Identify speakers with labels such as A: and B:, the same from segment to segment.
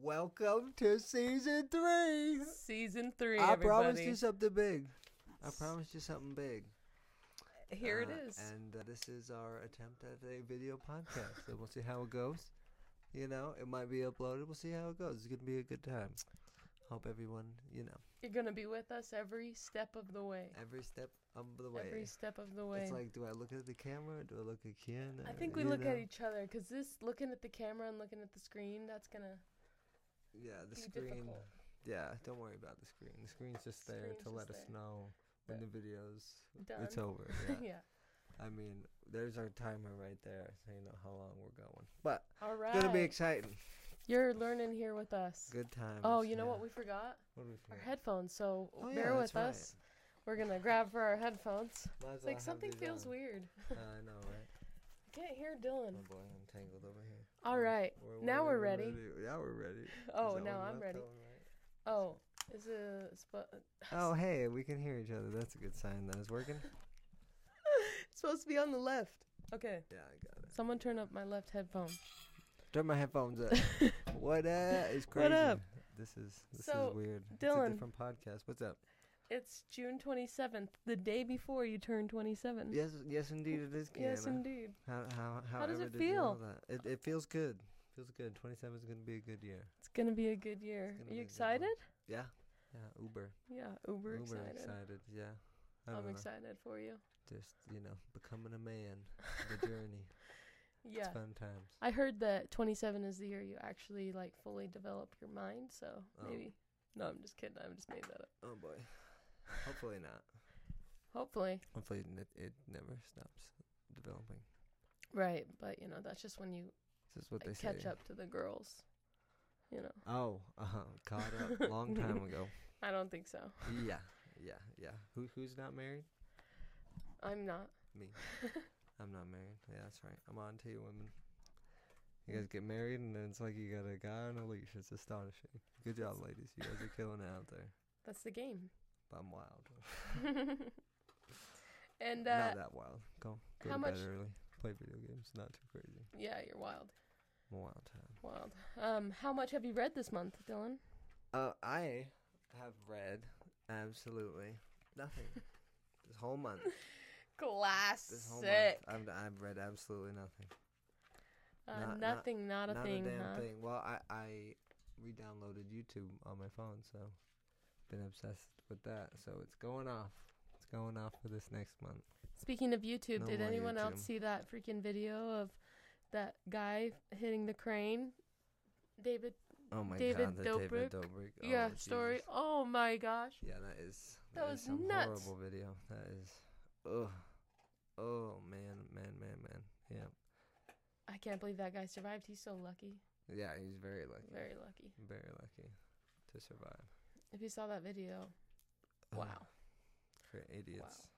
A: Welcome to season three.
B: Season three.
A: I promised
B: everybody.
A: you something big. I promised you something big.
B: Here it
A: Uh,
B: is.
A: And uh, this is our attempt at a video podcast. so we'll see how it goes. You know, it might be uploaded. We'll see how it goes. It's going to be a good time. Hope everyone, you know,
B: You're gonna be with us every step of the way.
A: every step of the way.
B: Every step of the way.
A: It's like, do I look at the camera? Do I look at Kiana?
B: I think we
A: You
B: look
A: know?
B: at each other because this looking at the camera and looking at the screen that's gonna
A: Yeah, the
B: be
A: screen.
B: difficult.
A: Yeah, don't worry about the screen. The screen's just there
B: Screen's
A: to let
B: just
A: us
B: there.
A: know when the video's
B: Done.
A: it's over.
B: yeah.
A: Yeah. I mean, there's our timer right there, so you know how long we're going. But
B: All
A: it's gonna
B: right.
A: be exciting.
B: You're learning here with us.
A: Good time.
B: Oh, you know what we forgot?
A: what do we
B: Our
A: forget?
B: headphones. So
A: Oh, yeah,
B: bear
A: that's
B: with us. We're gonna grab for our
A: Might as
B: headphones. It's
A: well
B: like
A: have
B: something
A: these
B: feels
A: on.
B: weird.
A: I know, right?
B: I can't hear
A: Oh
B: Dylan.
A: boy, I'm tangled over here.
B: All right. now we're ready.
A: Now we're ready. Is
B: Oh,
A: that
B: now
A: what
B: I'm
A: we're
B: ready.
A: doing, right?
B: Oh, is it? spo-
A: Oh, hey, we can hear each other. That's a good sign that it's working.
B: It's supposed to be on the left. Okay.
A: yeah, I got it.
B: Someone turn up my left headphone.
A: Turn my headphones up. what up? It's crazy.
B: What up?
A: This is this
B: So,
A: is weird.
B: Dylan.
A: It's a different podcast. What's up?
B: It's June 27th, the day before you turn 27.
A: Yes, yes, indeed, it is. Kiana.
B: Yes, indeed.
A: How how how,
B: does it
A: You know
B: feel?
A: that? It it feels good. Feels good. Twenty seven is gonna be a good year.
B: It's going to be a good year.
A: gonna
B: Are
A: be a
B: you
A: good
B: excited?
A: Yeah. Yeah. Uber.
B: Yeah, uber,
A: Uber
B: excited.
A: Yeah. I don't
B: I'm
A: know.
B: excited for you.
A: Just you know, becoming a man. The journey. It's
B: Yeah.
A: fun times.
B: I heard that 27 is the year you actually like fully develop your mind, so
A: Oh.
B: maybe. No, I'm just kidding. I just made that up.
A: Oh boy. Hopefully not.
B: Hopefully.
A: Hopefully it, it never stops developing.
B: Right, but you know, that's just when you
A: This is what they
B: like, catch
A: say.
B: up to the girls. You know.
A: Oh, uh huh. Caught up long time ago.
B: I don't think so.
A: Yeah, yeah, yeah. Who who's not married?
B: I'm not.
A: Me. I'm not married. Yeah, that's right. I'm on to you women. You guys get married and then it's like you got a guy on a leash. It's astonishing. Good job, ladies. You guys are killing it out there.
B: That's the game.
A: But I'm wild.
B: And
A: not
B: uh
A: that wild. Go go
B: how
A: to
B: much-
A: bed early. Play video games. Not too crazy.
B: yeah, you're wild.
A: I'm a wild child.
B: Wild. Um, how much have you read this month, Dylan?
A: Uh, I have read absolutely nothing this whole month. This whole
B: Classic.
A: month, I've, I've read absolutely nothing.
B: Uh,
A: Not-
B: nothing, not, a thing.
A: Not a damn
B: huh?
A: thing. Well, I I re-downloaded YouTube on my phone, so been obsessed with that. So it's going off. It's going off for this next month.
B: Speaking of YouTube,
A: No
B: did
A: more
B: anyone
A: YouTube.
B: else see that freaking video of that guy hitting the crane? David,
A: Oh my god,
B: David
A: the David Dobrik. Oh,
B: yeah,
A: Jesus.
B: story. Oh my gosh.
A: Yeah, that is
B: That
A: is
B: was
A: some
B: nuts.
A: horrible video. That is, ugh, oh man, man, man, man. Yeah,
B: I can't believe that guy survived. He's so lucky.
A: yeah, he's very lucky.
B: Very lucky.
A: Very lucky to survive.
B: If you saw that video,
A: Uh.
B: wow.
A: For idiots,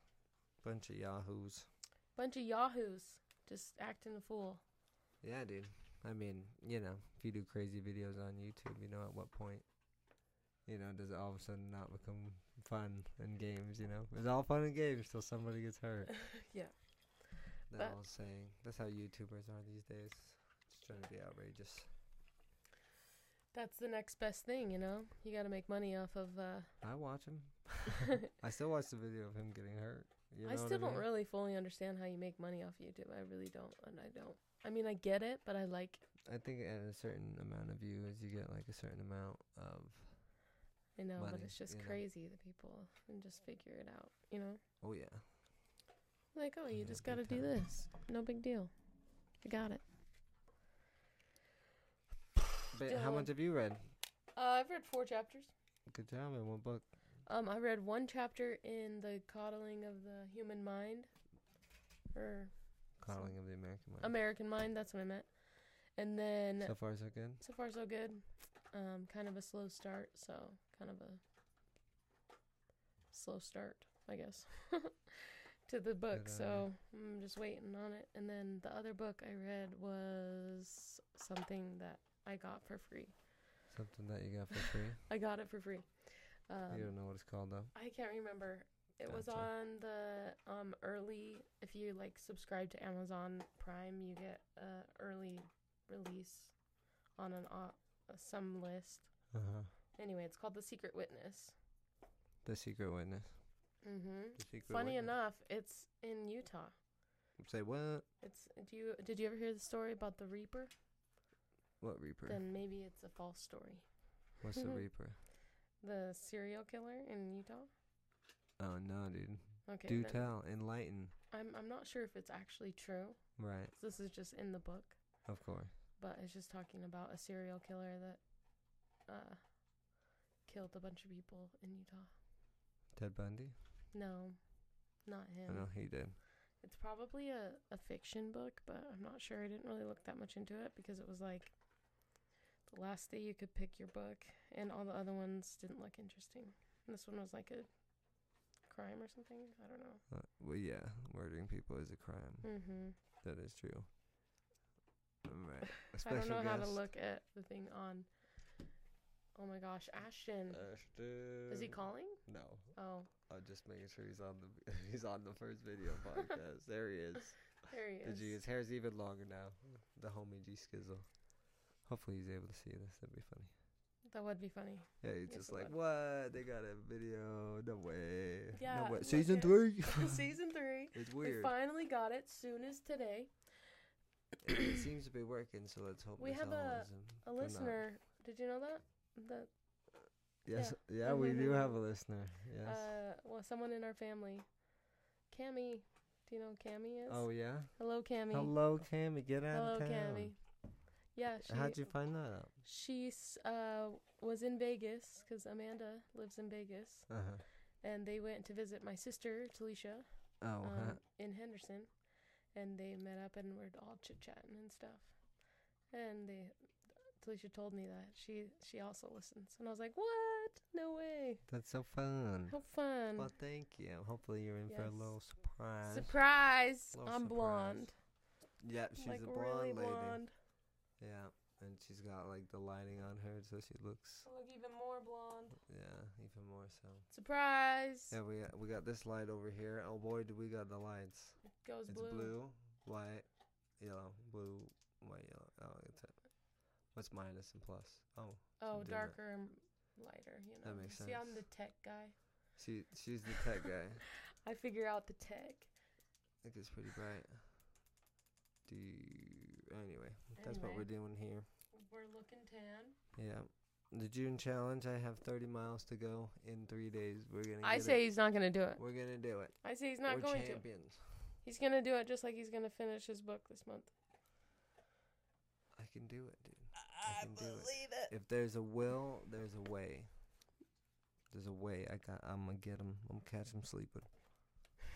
A: bunch of yahoos.
B: Bunch of yahoos just acting a fool.
A: Yeah, dude. I mean, you know, if you do crazy videos on YouTube, you know at what point, you know, does it all of a sudden not become fun and games? You know, it's all fun and games till somebody gets hurt.
B: Yeah.
A: That,
B: That-
A: old saying. That's how YouTubers are these days. Just trying to be outrageous.
B: That's the next best thing, you know? You got to make money off of. Uh,
A: I watch him. I still watch the video of him getting hurt. You know
B: I
A: what
B: still don't
A: mean?
B: really fully understand how you make money off YouTube. I really don't. And I don't. I mean, I get it, but I like.
A: I think at a certain amount of views, you get like a certain amount of.
B: I know, but
A: Money,
B: it's just
A: you know.
B: crazy the people can just figure it out, you know?
A: Oh yeah.
B: Like, oh, you
A: Yeah,
B: just
A: big
B: got to do
A: time.
B: this. No big deal. You got it.
A: But how
B: Dylan.
A: much have you read?
B: Uh, I've read four chapters.
A: Good job in one book.
B: Um, I read one chapter in The Coddling of the Human Mind. Or
A: Coddling of the American Mind.
B: American Mind, that's what I meant. And then.
A: So far, so good.
B: So far, so good. Um, kind of a slow start, so kind of a slow start, I guess, to the book.
A: Good, uh,
B: so I'm just waiting on it. And then the other book I read was something that I got for free.
A: Something that you got for free.
B: I got it for free.
A: you
B: Um,
A: don't know what it's called though.
B: I can't remember. It was
A: Gotcha.
B: on the um early. If you like subscribe to Amazon Prime, you get a early release on an au- uh, some list.
A: Uh-huh.
B: Anyway, it's called The Secret Witness.
A: The Secret Witness.
B: Mm-hmm.
A: The Secret
B: Funny
A: Witness.
B: enough, it's in Utah.
A: Say what?
B: It's do you did you ever hear the story about the Reaper?
A: What Reaper?
B: Then maybe it's a false story.
A: What's the Reaper?
B: The serial killer in Utah.
A: Oh no, dude.
B: Okay.
A: Do
B: then
A: tell. Enlighten.
B: I'm I'm not sure if it's actually true.
A: Right.
B: 'cause This is just in the book,
A: Of course.
B: but it's just talking about a serial killer that uh killed a bunch of people in Utah.
A: Ted Bundy.
B: No, not him.
A: I know he did.
B: It's probably a, a fiction book, but I'm not sure. I didn't really look that much into it because it was like the last day you could pick your book, and all the other ones didn't look interesting. And this one was like a crime or something. I don't know.
A: Uh, well, yeah, murdering people is a crime.
B: Mm-hmm.
A: That is true. Right. A
B: I don't
A: special
B: know how to
A: guest.
B: look at the thing on. Oh my gosh, Ashton. Is he
A: Ashton.
B: calling?
A: No,
B: Oh,
A: I'm just making sure he's on the he's on the first video podcast. there he is.
B: there he is.
A: Did you, his hair's even longer now. The homie G Skizzle. Hopefully he's able to see this. That'd be funny.
B: That would be funny.
A: Yeah, he's
B: Yes,
A: just
B: it
A: like, what? They got a video? No way. no
B: Yeah,
A: way.
B: look
A: Season
B: at-
A: three.
B: Season three.
A: it's
B: We
A: weird.
B: finally got it. Soon as today.
A: it, it seems to be working, so let's hope
B: We
A: it's
B: have
A: all
B: a-
A: isn't-
B: A
A: they're not.
B: listener. Did you know that? That
A: Yes, yeah, we do have a listener. Yes.
B: Uh, well, someone in our family, Cammy. Do you know who Cammy is?
A: oh yeah.
B: hello, Cammy.
A: Hello, Cammy. Get out
B: Hello,
A: of town.
B: Cammy. Yeah,
A: How'd
B: she
A: you find that out?
B: she s- uh was in Vegas because Amanda lives in Vegas,
A: Uh huh.
B: and they went to visit my sister Talisha
A: Oh,
B: um,
A: huh.
B: in Henderson, and they met up and were all chit chatting and stuff, and they. Talisha told me that she she also listens, and I was like, "What? No way!
A: that's so fun.
B: How fun!
A: Well, thank you. Hopefully, you're in for a
B: Yes.
A: little surprise.
B: surprise!
A: Little
B: I'm
A: surprise.
B: blonde.
A: yeah, she's
B: like
A: a blonde
B: really
A: lady.
B: blonde.
A: Yeah, and she's got like the lighting on her, so she looks
B: I look even more blonde.
A: yeah even more so.
B: Surprise!
A: Yeah, we got, we got this light over here. Oh boy, do we got the lights.
B: Goes
A: It's
B: blue.
A: blue. white, yellow, blue, white, yellow. Oh, that's it. What's minus and plus? Oh, Didn't
B: Oh,
A: it?
B: darker and lighter. You know.
A: That makes
B: See, I'm
A: sense.
B: the tech guy.
A: she she's the tech guy.
B: I figure out the tech.
A: It gets pretty bright. Do anyway, that's what we're
B: Anyway.
A: doing here.
B: We're looking tan.
A: Yeah. The June challenge. I have 30 miles to go in three days. We're gonna.
B: I
A: get
B: say
A: it.
B: he's not gonna do it.
A: we're gonna do it.
B: I say he's not
A: we're
B: going to.
A: champions.
B: He's gonna do it just like he's gonna finish his book this month.
A: I can do it, dude. I, can believe do it. If there's a will, there's a way. There's a way. I got. I'm gonna get 'em. I'm gonna catch 'em sleeping.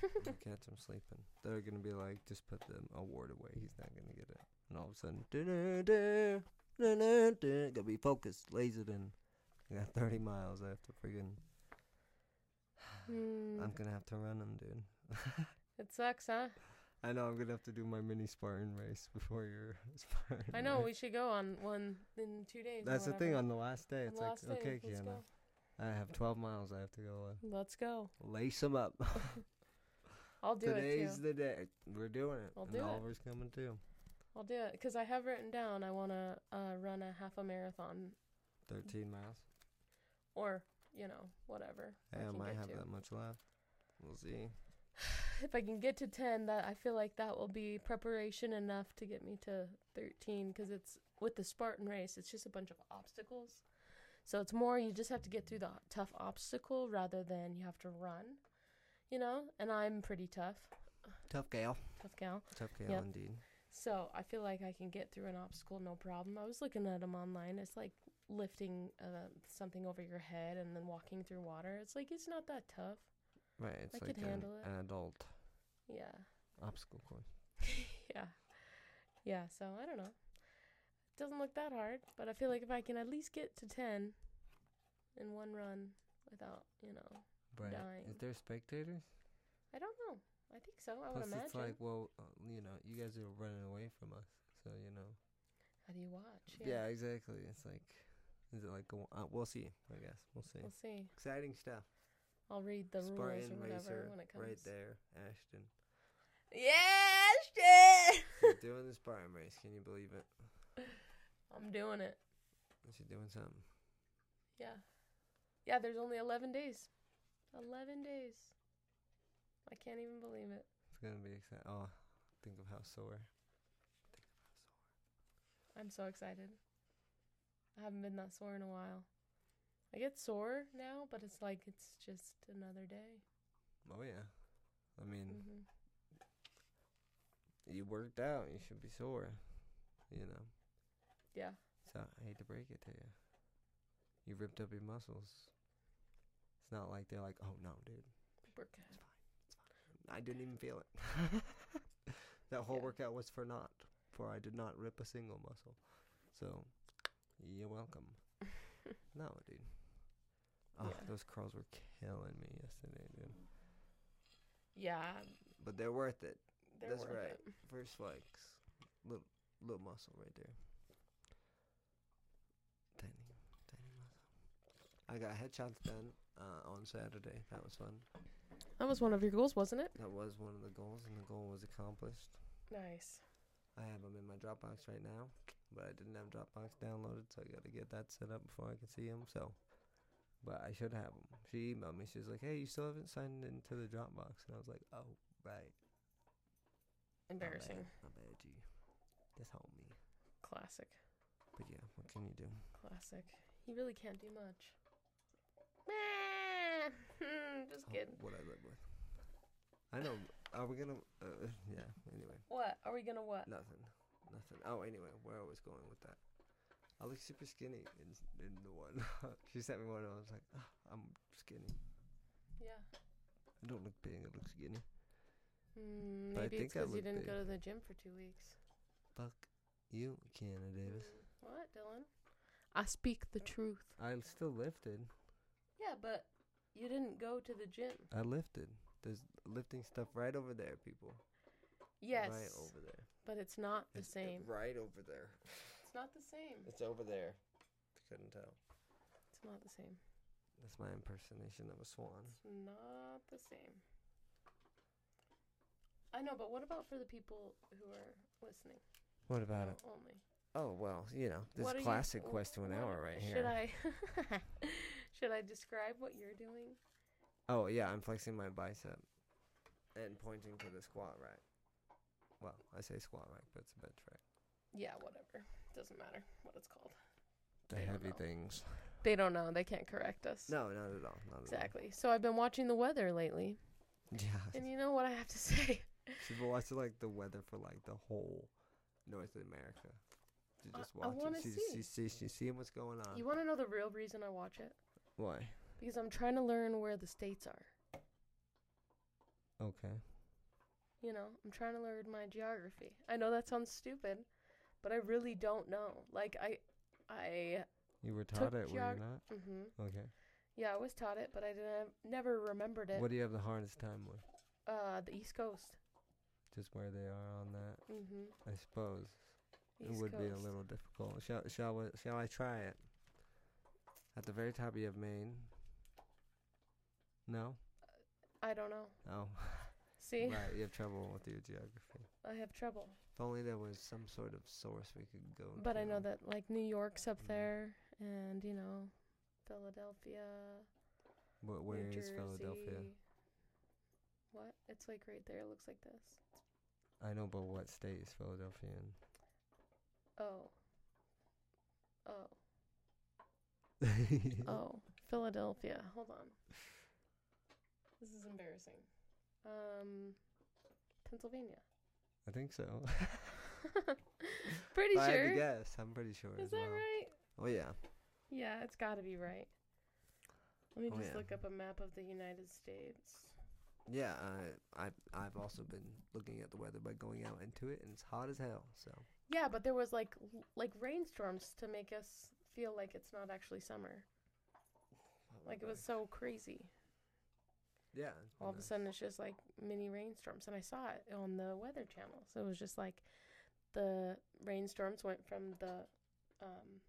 A: I'm gonna catch 'em sleeping. They're gonna be like, just put the award away. He's not gonna get it. And all of a sudden, da-da-da, da-da-da, gotta be focused, lasered in. I got 30 miles. I have to friggin'.
B: Hmm.
A: I'm gonna have to run 'em, dude.
B: It sucks, huh?
A: I know I'm gonna have to do my mini Spartan race before your Spartan.
B: I know.
A: race.
B: We should go on one in two days. or
A: That's the thing.
B: whatever.
A: On the last day, it's
B: the last
A: like, okay,
B: day. Let's
A: Kiana,
B: go.
A: I have 12 miles. I have to go. Uh,
B: Let's go.
A: lace them up.
B: I'll do it too.
A: Today's the day. We're doing it.
B: I'll
A: and
B: do it.
A: Oliver's coming too.
B: I'll do it because I have written down I want to uh, run a half a marathon Mm-hmm.
A: 13 miles.
B: or you know whatever.
A: Hey, I,
B: can
A: might
B: get
A: have
B: to.
A: that much left. We'll see.
B: If I can get to ten, that I feel like that will be preparation enough to get me to thirteen because it's with the Spartan race. It's just a bunch of obstacles, so it's more you just have to get through the tough obstacle rather than you have to run, you know. And I'm pretty tough,
A: Tough gal.
B: tough gal.
A: Tough gal
B: Yep.
A: indeed.
B: So I feel like I can get through an obstacle no problem. I was looking at them online. It's like lifting uh, something over your head and then walking through water. It's like it's not that tough.
A: Right. It's
B: I could
A: like an,
B: handle it.
A: an adult
B: Yeah,
A: obstacle course.
B: yeah, yeah. So I don't know. It doesn't look that hard, but I feel like if I can at least get to ten in one run without, you know,
A: Right. Is
B: Dying.
A: there spectators?
B: I don't know. I think so. I
A: Plus,
B: would imagine.
A: it's like, well, uh, you know, you guys are running away from us. So, you know.
B: How do you watch?
A: Yeah, exactly. It's like, is it like, go- uh, we'll see, I guess. We'll see.
B: We'll see.
A: Exciting stuff.
B: I'll read the rules or
A: Spartan
B: whatever
A: Racer
B: when it comes.
A: right there, Ashton.
B: Yeah, shit.
A: You're doing the Spartan race. Can you believe it?
B: I'm doing it.
A: She's doing something.
B: Yeah. Yeah, there's only 11 days. 11 days. I can't even believe it.
A: It's gonna be exciting. Oh, think of how sore. Think of how sore.
B: I'm so excited. I haven't been that sore in a while. I get sore now, but it's like it's just another day.
A: Oh yeah. I mean,
B: hmm Mm.
A: you worked out. You should be sore. You know.
B: Yeah.
A: So I hate to break it to you. You ripped up your muscles. It's not like they're like, oh no, dude,
B: Workout.
A: I didn't even feel it. that whole
B: Yeah.
A: workout was for naught, for I did not rip a single muscle. So, you're welcome. no, dude. Oh,
B: Yeah.
A: those curls were killing me yesterday, dude.
B: Yeah,
A: But they're worth it.
B: they're
A: That's
B: worth
A: right.
B: it.
A: First legs, little little muscle right there. Tiny, tiny muscle. I got headshots done uh, on Saturday. That was fun.
B: That was one of your goals, wasn't it?
A: That was one of the goals, and the goal was accomplished.
B: Nice.
A: I have them in my Dropbox right now, but I didn't have Dropbox downloaded, so I got to get that set up before I can see them. So, but I should have them. She emailed me. She's like, "Hey, you still haven't signed into the Dropbox," and I was like, "Oh, right." my bad,
B: Embarrassing.
A: My bad, G. That's on me.
B: Classic.
A: But yeah, what can you do?
B: Classic. You really can't do much. Meh. Hmm, Just
A: Oh,
B: kidding.
A: What I live with. I know. Are we gonna? Uh, yeah. Anyway,
B: What? Are we gonna what?
A: nothing. Nothing. Oh, anyway, where I was going with that. I look super skinny in, in the one. she sent me one, and I was like, "Ah, I'm skinny.
B: Yeah.
A: I don't look big. I look skinny.
B: Mm,
A: But I
B: maybe it's
A: think I
B: because you
A: look
B: didn't
A: big.
B: go to the gym for two weeks.
A: Fuck you, Keanu Davis.
B: Mm, What, Dylan? I speak the truth.
A: I still lifted.
B: Yeah, but you didn't go to the gym.
A: I lifted. There's lifting stuff right over there, people.
B: Yes,
A: Right over there.
B: but it's not the
A: It's, uh,
B: same.
A: Right over there.
B: It's not the same.
A: It's over there. Couldn't tell.
B: It's not the same.
A: That's my impersonation of a swan.
B: It's not the same. I know, but what about for the people who are listening?
A: What about it?
B: Only.
A: Oh well, you know this
B: What are you-
A: classic
B: wh-
A: quest to an
B: what-
A: hour right here.
B: Should I should I describe what you're doing?
A: Oh yeah, I'm flexing my bicep and pointing to the squat rack. Well, I say squat rack, but it's a bench rack.
B: Yeah, whatever. Doesn't matter what it's called.
A: The
B: They don't
A: heavy
B: know.
A: things.
B: They don't know. They can't correct us.
A: No, not at all. Not
B: Exactly. So I've been watching the weather lately,
A: At all. Yeah,
B: and you know what I have to say.
A: she's been watching like the weather for like the whole North America. She
B: I-
A: just
B: I
A: watching.
B: wanna
A: she's,
B: see.
A: She's, she's, she's seeing what's going on.
B: You want to know the real reason I watch it?
A: Why?
B: Because I'm trying to learn where the states are.
A: Okay.
B: You know, I'm trying to learn my geography. I know that sounds stupid, but I really don't know. Like I, I,
A: You were
B: Took
A: taught it, were you
B: geog-
A: not?
B: mhm.
A: Okay.
B: yeah, I was taught it, but I didn't, never remembered it.
A: What do you have the hardest time with?
B: Uh, the East Coast.
A: Just where they are on that,
B: Mhm.
A: I suppose.
B: East
A: it would
B: Coast.
A: be a little difficult. Shall shall we, shall I try it? At the very top, you have Maine. No.
B: I don't know.
A: Oh,
B: See,
A: right. You have trouble with your geography.
B: I have trouble.
A: If only there was some sort of source we could go.
B: But I know
A: to.
B: that like New York's up
A: Mhm.
B: there, and you know, Philadelphia.
A: Wh- Where is
B: New Jersey.
A: Philadelphia?
B: What? It's like right there. It looks like this.
A: I know, but what state is Philadelphia in?
B: Oh. Oh. Oh, Philadelphia. Hold on. This is embarrassing. Um, Pennsylvania.
A: I think so.
B: pretty
A: If I had to
B: sure.
A: guess. I'm pretty sure.
B: Is
A: as
B: that
A: well.
B: right?
A: Oh yeah.
B: Yeah, it's got to be right. Let me
A: Oh,
B: just
A: yeah.
B: look up a map of the United States.
A: Yeah, I, I I've also been looking at the weather by going out into it, and it's hot as hell. So
B: Yeah, but there was like l- like rainstorms to make us feel like it's not actually summer. Like it was so crazy.
A: Yeah.
B: all of
A: no.
B: a sudden it's just like mini rainstorms and i saw it on the weather channel so it was just like the rainstorms went from the um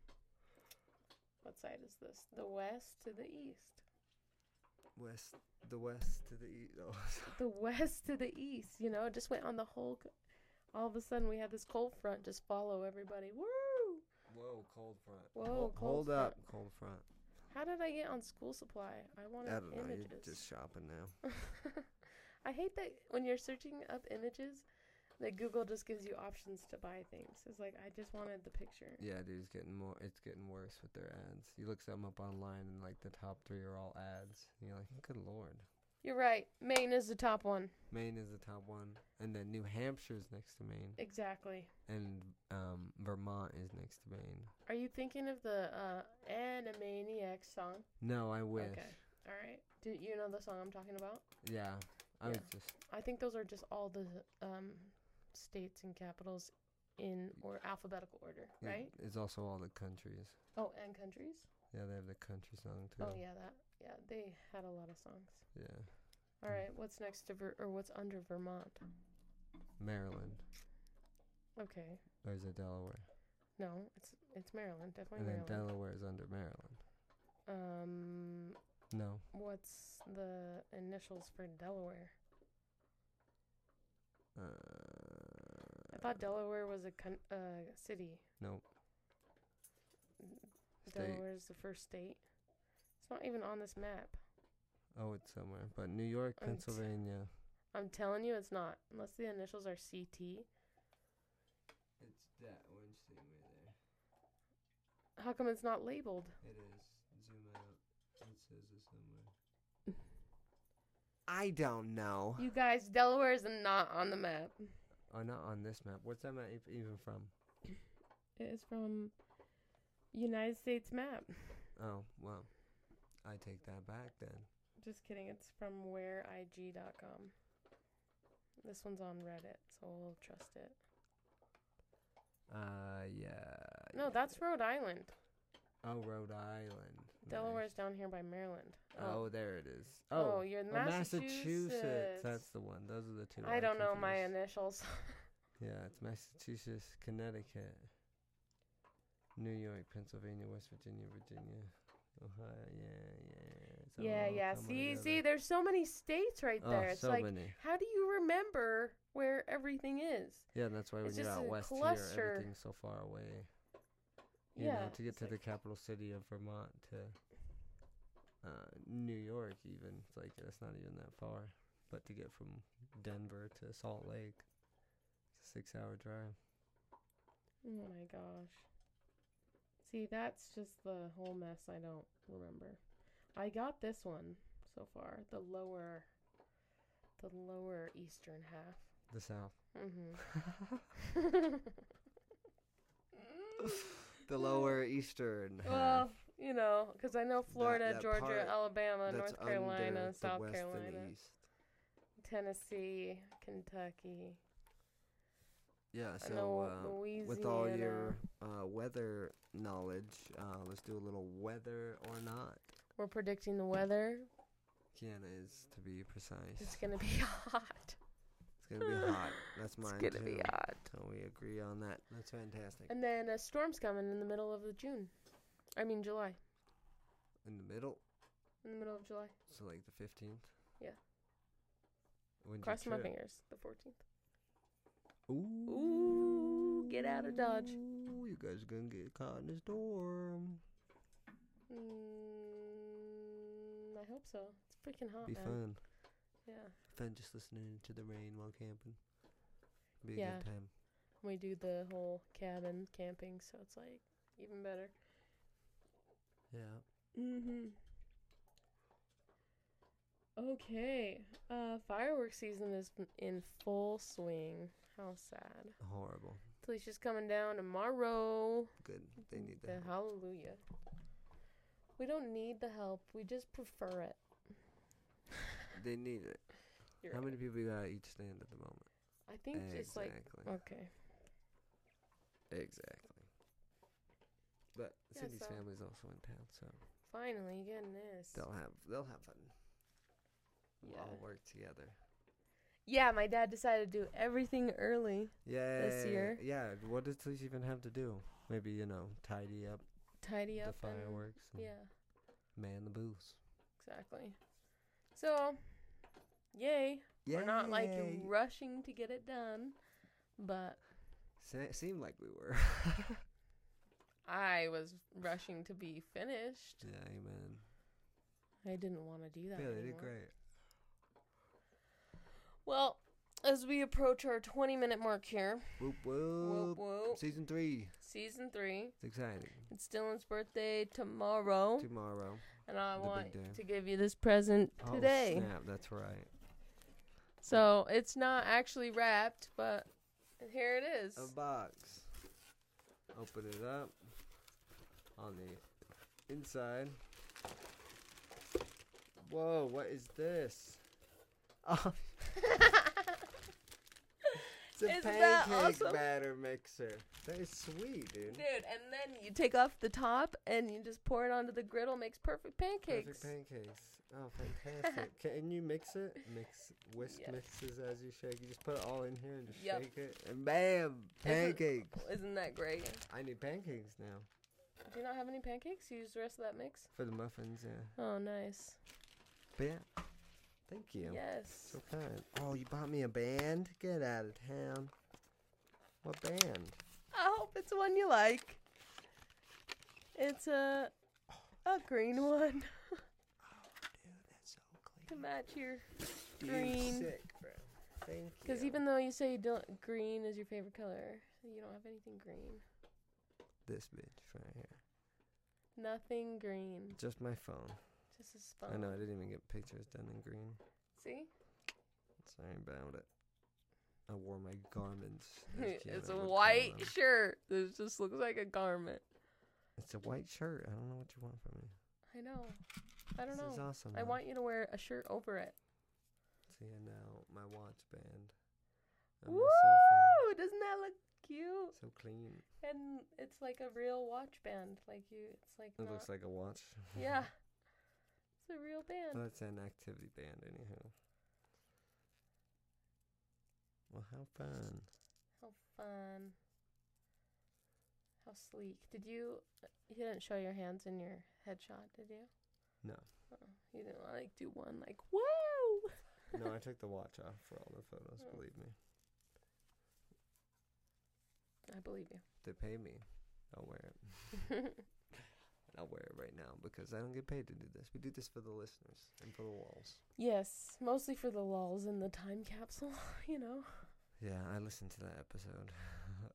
B: what side is this the west to the east
A: west, the west to the east. Oh, sorry.
B: the west to the east you know it just went on the whole c- all of a sudden we had this cold front just follow everybody woo
A: Whoa, cold front.
B: Whoa,
A: Hol-
B: cold
A: hold
B: front.
A: up, cold front.
B: How did I get on school supply? I
A: I
B: wanted
A: don't know.
B: images.
A: You're just shopping now.
B: I hate that when you're searching up images, that Google just gives you options to buy things. It's like I just wanted the picture.
A: Yeah, dude, it's getting more. It's getting worse with their ads. You look something up online, and like the top three are all ads. And you're like, good lord.
B: You're right. Maine is the top one.
A: Maine is the top one, and then New Hampshire's next to Maine,
B: Exactly.
A: and um, Vermont is next to Maine.
B: Are you thinking of the uh, Animaniacs song?
A: No, I wish.
B: Okay. All right. Do you know the song I'm talking about?
A: Yeah, I
B: Yeah.
A: was just
B: I think those are just all the um, states and capitals in or alphabetical order,
A: it-
B: right?
A: It's also all the countries.
B: Oh, and countries.
A: Yeah, they have the country song too.
B: Oh yeah, that yeah they had a lot of songs.
A: yeah.
B: All
A: Mm.
B: right, what's next to Ver- or what's under Vermont?
A: Maryland,
B: Okay,
A: or is it Delaware?
B: no, it's it's Maryland, definitely
A: And then
B: Maryland.
A: Delaware is under Maryland.
B: um,
A: No,
B: what's the initials for Delaware?
A: uh,
B: I thought Delaware was a con- uh, city.
A: Nope. State.
B: Delaware is the first state. It's not even on this map.
A: oh, it's somewhere. But New York,
B: Um, t-
A: Pennsylvania.
B: I'm telling you, it's not. Unless the initials are CT.
A: It's that orange thing right there.
B: How come it's not labeled?
A: It is. Zoom out. It says it somewhere. I don't know.
B: You guys, Delaware is not on the map.
A: Oh, not on this map. What's that map ev- even from?
B: It is from United States map.
A: Oh, well, I take that back then.
B: Just kidding. It's from whereig.com. This one's on Reddit, so we'll trust it.
A: Uh, yeah.
B: No, that's Rhode Island.
A: Oh, Rhode Island. Nice.
B: Delaware's down here by Maryland.
A: Oh, there it is.
B: Oh,
A: Oh,
B: you're in
A: oh, Massachusetts.
B: Massachusetts.
A: That's the one. Those are the two.
B: I
A: I'm
B: don't know my
A: confused.
B: initials.
A: Yeah, it's Massachusetts, Connecticut, New York, Pennsylvania, West Virginia, Virginia, Ohio. Yeah, yeah. it's
B: yeah,
A: all
B: yeah.
A: coming
B: See,
A: together.
B: see, there's so many states right
A: oh,
B: there. It's
A: so
B: like,
A: many.
B: how do you remember where everything is?
A: Yeah, that's why when
B: it's
A: you're
B: just
A: out
B: a
A: west
B: cluster.
A: here, everything's so far away. You
B: yeah.
A: know, to get
B: it's
A: to the
B: like-
A: capital city of Vermont to uh, New York, even it's like that's not even that far. But to get from Denver to Salt Lake, it's a six-hour drive.
B: Oh my gosh. See, that's just the whole mess I don't remember. I got this one so far, the lower the lower eastern half. Mm-hmm.
A: The South,
B: Mhm.
A: the lower eastern. half.
B: well, you know, cuz I know Florida,
A: that
B: Georgia,
A: part
B: Alabama,
A: That's
B: North Carolina,
A: under
B: South
A: the west
B: Carolina,
A: And east.
B: Tennessee, Kentucky.
A: Yeah,
B: I know
A: so uh,
B: Louisiana.
A: with all your uh, weather knowledge, uh, let's do a little weather or not.
B: We're predicting the weather.
A: Kiana is to be precise.
B: It's going to be hot.
A: It's gonna be hot. That's
B: It's
A: mine
B: going to
A: too.
B: be hot.
A: So we agree on that. That's fantastic.
B: And then a storm's coming in the middle of the June. I mean July.
A: In the middle,
B: In the middle of July.
A: so like the fifteenth.
B: Yeah.
A: When's
B: Cross
A: your
B: my
A: trip?
B: fingers. The 14th.
A: Ooh.
B: Ooh, get out of Dodge.
A: Ooh, you guys are gonna get caught in a storm.
B: Mm, I hope so. It's freaking hot,
A: Be
B: man.
A: fun.
B: Yeah.
A: Fun just listening to the rain while camping. Be a
B: Yeah.
A: good time.
B: We do the whole cabin camping, so it's like even better.
A: Yeah.
B: Mm-hmm. Okay. Uh, fireworks season is in full swing. How sad.
A: Horrible.
B: Felicia's coming down tomorrow.
A: Good. They need
B: The
A: that.
B: hallelujah. We don't need the help. We just prefer it.
A: They need it.
B: You're
A: How
B: right.
A: many people you got at each stand at the moment?
B: I think it's like
A: exactly.
B: okay.
A: Exactly. But
B: Yeah,
A: Cindy's
B: so-
A: family's also in town, so
B: Finally getting this.
A: they'll have they'll have fun. We'll all
B: Yeah.
A: work together.
B: Yeah, my dad decided to do everything early.
A: Yeah.
B: year.
A: Yeah. What does Lisa even have to do? Maybe you know, tidy up
B: Tidy up.
A: the
B: and-
A: fireworks. And
B: yeah,
A: Man the booths.
B: exactly. So, yay. We're not like
A: Yay!
B: rushing to get it done, but
A: Se- seemed like we were.
B: I was rushing to be finished.
A: Yeah, amen.
B: I didn't want to do that.
A: Yeah, they did
B: anymore.
A: great.
B: Well, as we approach our 20 minute mark here,
A: Whoop
B: whoa,
A: whoop.
B: whoa,
A: Season three.
B: season three.
A: It's exciting.
B: It's Dylan's birthday tomorrow,
A: Tomorrow.
B: and I
A: the big
B: want
A: day.
B: to give you this present
A: Oh
B: today.
A: snap! That's right.
B: So it's not actually wrapped, but here it is.
A: A box. Open it up. On the inside. Whoa! What is this? Oh, it's a
B: Isn't that
A: pancake
B: awesome?
A: batter mixer. That is sweet, dude.
B: Dude, and then you take off the top and you just pour it onto the griddle, makes perfect pancakes.
A: Perfect pancakes. Oh, fantastic! Can you mix it? Mix whisk
B: Yes.
A: mixes as you shake. You just put it all in here and just
B: Yep.
A: shake it, and bam, pancakes.
B: Isn't that great?
A: I need pancakes now
B: Do you not have any pancakes? You use the rest of that mix?
A: for the muffins. Yeah,
B: Oh, nice.
A: but yeah, thank you.
B: Yes.
A: So kind. Oh, you bought me a band? Get out of town. What band?
B: I hope it's one you like. It's a a green one
A: Dude, that's so
B: to
A: clean.
B: match your
A: Dude,
B: green.
A: sick, bro. Thank you.
B: because even though you say you don't green is your favorite color, you don't have anything green.
A: this bitch right here,
B: Nothing green.
A: just my phone.
B: Just a spot.
A: I know I didn't even get pictures done in green.
B: See?
A: Sorry about it. I wore my garments. as Keanu
B: it's a
A: would call
B: white
A: them.
B: shirt. This just looks like a garment.
A: It's a white shirt. I don't know what you want from me.
B: I know. I don't
A: this is
B: know.
A: awesome.
B: I
A: though.
B: want you to wear a shirt over it.
A: See, and now my watch band. on my
B: Woo!
A: cell phone.
B: Doesn't that look cute?
A: So clean.
B: And it's like a real watch band. Like you, it's like
A: It
B: not,
A: looks like a watch.
B: yeah, it's a real band.
A: That's an activity band, anyhow. Well, how fun.
B: How fun! How sleek. Did you? You didn't show your hands in your headshot, did you?
A: No.
B: uh You didn't like do one like whoa.
A: No, I took the watch off for all the photos,
B: Oh.
A: believe me.
B: I believe you.
A: They pay me. I'll wear it. I'll wear it right now because I don't get paid to do this. We do this for the listeners and for the walls.
B: Yes, mostly for the lulls in the time capsule, you know.
A: Yeah, I listened to that episode.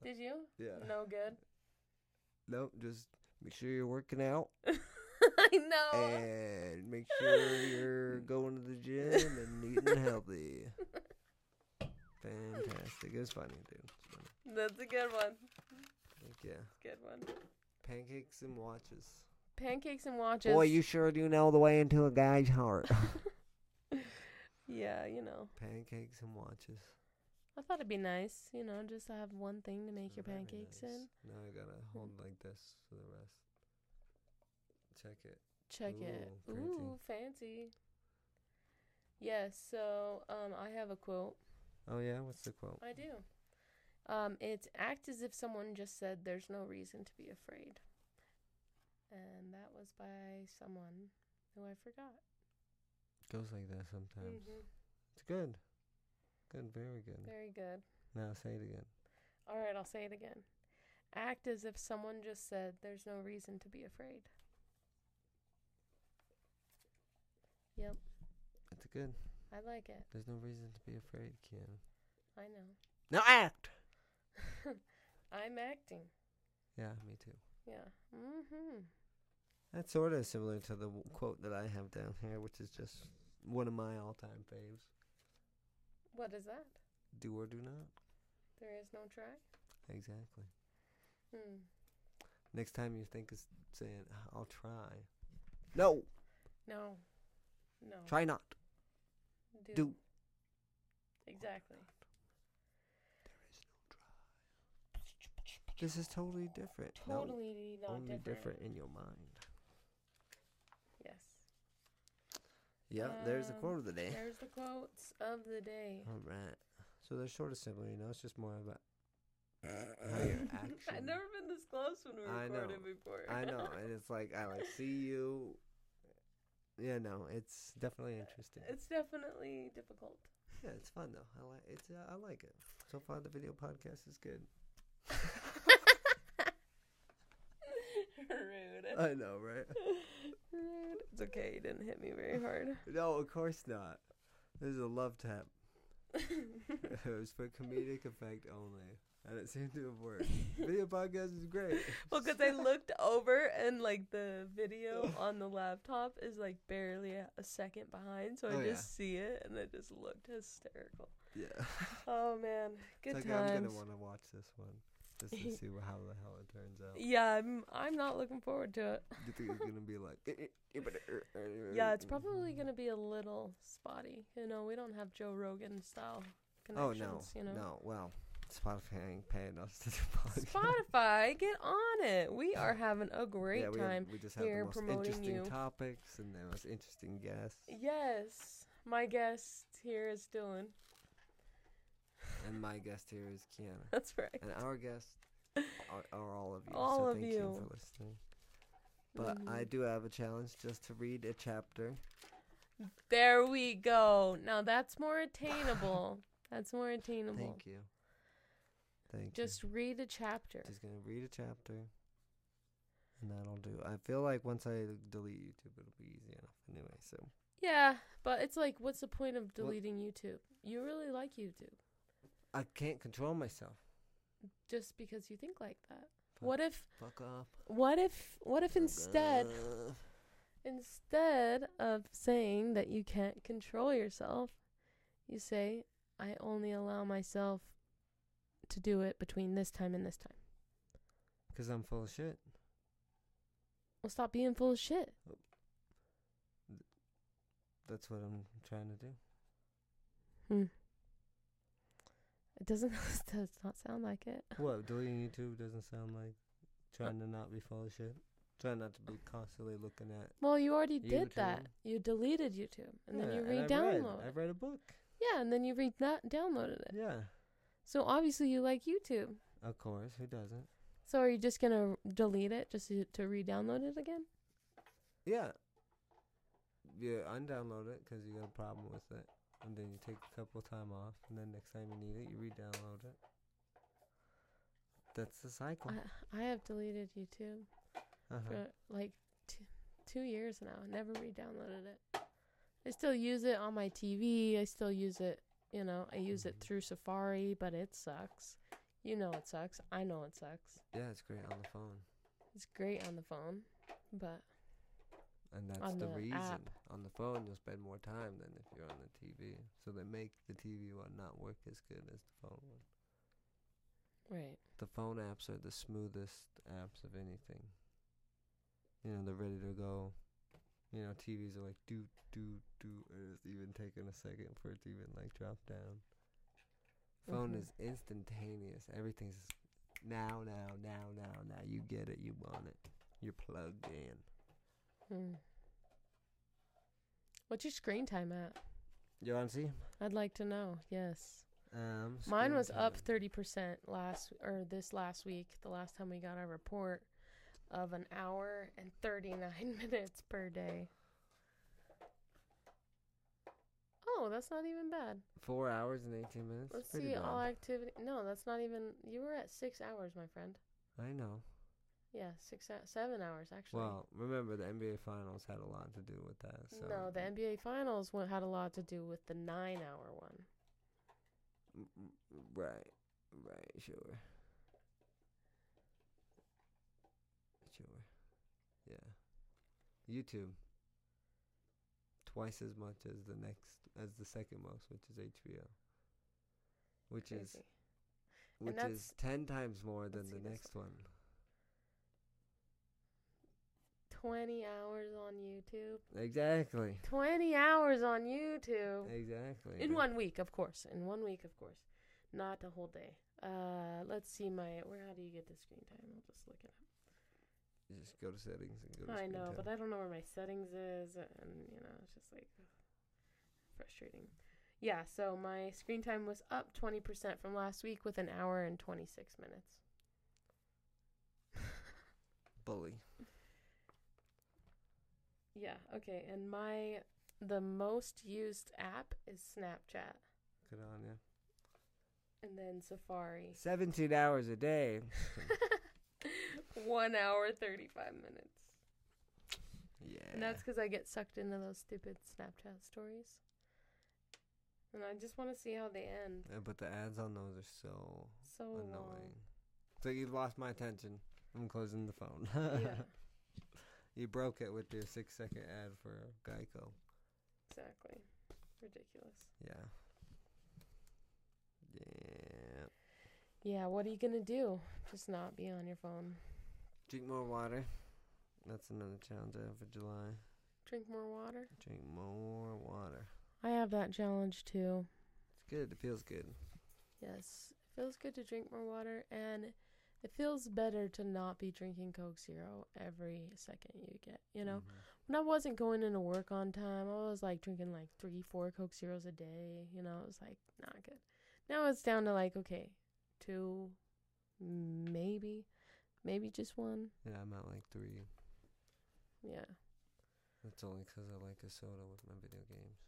B: Did you?
A: yeah.
B: No good.
A: Nope, just make sure you're working out
B: I know.
A: Eh. and make sure you're going to the gym and eating healthy. Fantastic. It was funny, dude. It's funny.
B: That's a good one.
A: Like, yeah.
B: Good one.
A: Pancakes and watches.
B: Pancakes and watches.
A: Boy, you sure do know the way into a guy's heart.
B: Yeah, you know.
A: Pancakes and watches.
B: I thought it'd be nice, you know, just to have one thing to make your
A: Very
B: pancakes
A: nice.
B: in.
A: Now I gotta hold like this for the rest. Check it.
B: Check it.
A: Ooh, fancy.
B: Ooh, fancy. Yes, so um, I have a quote.
A: Oh yeah, what's the quote?
B: I do. Um, it's act as if someone just said, "There's no reason to be afraid," and that was by someone who I forgot.
A: Goes like that sometimes.
B: Mhm.
A: It's good. Good, very good.
B: Very good.
A: Now say it again.
B: All right, I'll say it again. Act as if someone just said, "There's no reason to be afraid." Yep,
A: It's good.
B: I like it.
A: There's no reason to be afraid, Keanu.
B: I know.
A: Now act.
B: I'm acting.
A: Yeah, me too.
B: Yeah. Mhm.
A: That's sort of similar to the w- quote that I have down here, which is just one of my all-time faves.
B: What is that?
A: Do or do not.
B: There is no try.
A: Exactly.
B: Hmm.
A: Next time you think of s- saying, "I'll try," no,
B: No. No.
A: try not.
B: do.
A: do.
B: Exactly.
A: This is totally different. No,
B: Totally not
A: only
B: different.
A: in your mind.
B: Yes.
A: Yeah, there's the
B: Um,
A: quote of the day.
B: There's the quotes of the day.
A: All right. So they're sort of similar, you know. It's just more about how your action.
B: I've never been this close when we
A: I know.
B: recorded before.
A: I know, and it's like I like see you. Yeah, no, it's definitely interesting.
B: It's definitely difficult.
A: yeah, it's fun though. I like it's. Uh, I like it. So far, the video podcast is good.
B: Rude.
A: I know, right?
B: Rude. It's okay. You didn't hit me very hard.
A: No, of course not. This is a love tap. it was for comedic effect only, and it seemed to have worked. Video podcast is great.
B: well, because I looked over and like the video on the laptop is like barely a a second behind, so I
A: Oh, yeah.
B: just see it and it just looked hysterical.
A: Yeah.
B: Oh man, good
A: It's like, I'm
B: times.
A: gonna want to watch this one just to see wh- how the hell it turns out.
B: yeah, I'm I'm not looking forward to it.
A: You think it's gonna be like? "Eh,
B: Yeah, it's probably gonna be a little spotty. You know, we don't have Joe Rogan style
A: Oh
B: connections.
A: no!
B: you know.
A: No, well, Spotify ain't paying us to do podcast.
B: Spotify, get on it. We are having a great
A: yeah, we,
B: time.
A: we just
B: here
A: have the most
B: promoting
A: interesting
B: you.
A: topics and the most interesting guests.
B: Yes, my guest here is Dylan.
A: and my guest here is Kiana,
B: That's right.
A: and our guest are, are all of you.
B: All
A: so
B: of
A: thank
B: you.
A: for listening. But I
B: Mhm.
A: do have a challenge just to read a chapter.
B: There we go. Now that's more attainable. that's more attainable.
A: Thank you. Thank you.
B: Just read a chapter.
A: Just gonna read a chapter, and that'll do. I feel like once I delete YouTube, it'll be easy enough anyway. So
B: Yeah, but it's like, what's the point of deleting YouTube? You really like YouTube
A: I can't control myself.
B: just because you think like that.
A: Fuck.
B: What if?
A: Fuck up.
B: What if? What if
A: fuck
B: instead?
A: up.
B: Instead of saying that you can't control yourself, you say, I only allow myself to do it between this time and this time.
A: Because I'm full of shit.
B: Well, stop being full of shit.
A: That's what I'm trying to do.
B: It doesn't does not sound like it.
A: What, deleting YouTube doesn't sound like trying to not be full of shit? Trying not to be constantly looking at.
B: Well, you already did
A: YouTube.
B: that. You deleted YouTube and then
A: Yeah,
B: you
A: and I've read-
B: re-download.
A: I've read a book.
B: Yeah, and then you re-downloaded it.
A: Yeah.
B: So obviously you like YouTube.
A: Of course. Who doesn't?
B: So are you just gonna delete it just to, to re-download it again?
A: Yeah. You undownload it 'cause you got a problem with it. And then you take a couple time off. And then next time you need it, you re-download it. That's the cycle.
B: I, I have deleted YouTube.
A: Uh-huh.
B: for like t- two years now. I never re-downloaded it. I still use it on my TV. I still use it. You know, I use it
A: Mhm.
B: through Safari, but it sucks. You know it sucks. I know it sucks.
A: Yeah, it's great on the phone.
B: It's great on the phone, but
A: And that's
B: On
A: the,
B: the
A: reason.
B: app.
A: On the phone, you'll spend more time than if you're on the TV. So they make the TV one not work as good as the phone one.
B: right.
A: the phone apps are the smoothest apps of anything. You know, they're ready to go. You know, TVs are like do do do, and it's even taking a second for it to even like drop down. Phone
B: Mhm.
A: is instantaneous. Everything's now, now, now, now, now. You get it. You want it. You're plugged in.
B: Hmm. What's your screen time at?
A: You want to see?
B: I'd like to know. Yes,
A: Um,
B: mine
A: screen
B: was up
A: time.
B: thirty percent last or this last week. The last time we got our report of an hour and thirty nine minutes per day. Oh, that's not even bad.
A: Four hours and eighteen minutes.
B: Let's
A: Pretty
B: see all
A: bad.
B: activity. No, that's not even. You were at six hours, my friend.
A: I know.
B: Yeah, six hou- seven hours actually.
A: Well, remember the NBA Finals had a lot to do with that. So
B: No, the NBA Finals wa- had a lot to do with the nine hour one.
A: Mm, mm, Right. Right. Sure. Sure. Yeah. YouTube. Twice as much as the next, as the second most, which is HBO. Which is
B: Crazy.
A: which
B: that's-
A: is ten times more than
B: let's see
A: the
B: this
A: next one.
B: 20 hours on YouTube.
A: Exactly.
B: 20 hours on YouTube.
A: Exactly.
B: Oh. In one week, of course. In one week, of course. Not a whole day. Uh, let's see my. Where? How do you get the screen time? I'll just look it
A: You just go to settings and go
B: up.
A: to
B: I
A: screen
B: know,
A: time.
B: but I don't know where my settings is, and you know, it's just like frustrating. Yeah. So my screen time was up twenty percent from last week with an hour and twenty six minutes.
A: bully.
B: Yeah. Okay. And my the most used app is Snapchat,
A: Good on you.
B: and then Safari.
A: Seventeen hours a day.
B: one hour thirty five minutes,
A: Yeah.
B: and that's because I get sucked into those stupid Snapchat stories, and I just want to see how they end.
A: Yeah, but the ads on those are so
B: So
A: annoying. So you've lost my attention. I'm closing the phone.
B: long. yeah,
A: you broke it with your six second ad for Geico.
B: exactly. Ridiculous.
A: Yeah. Yeah.
B: Yeah, what are you gonna do? Just not be on your phone.
A: Drink more water. That's another challenge I have for July.
B: Drink more water.
A: Drink more water.
B: I have that challenge too.
A: It's good. It feels good.
B: Yes, it feels good to drink more water, and it feels better to not be drinking Coke Zero every second you get. You know,
A: Mm-hmm.
B: when I wasn't going into work on time, I was like drinking like three, four Coke Zeros a day. You know, it was like not good. Now it's down to like okay, two, maybe, maybe just one.
A: Yeah, I'm at like three.
B: Yeah,
A: That's only 'cause I like a soda with my video games.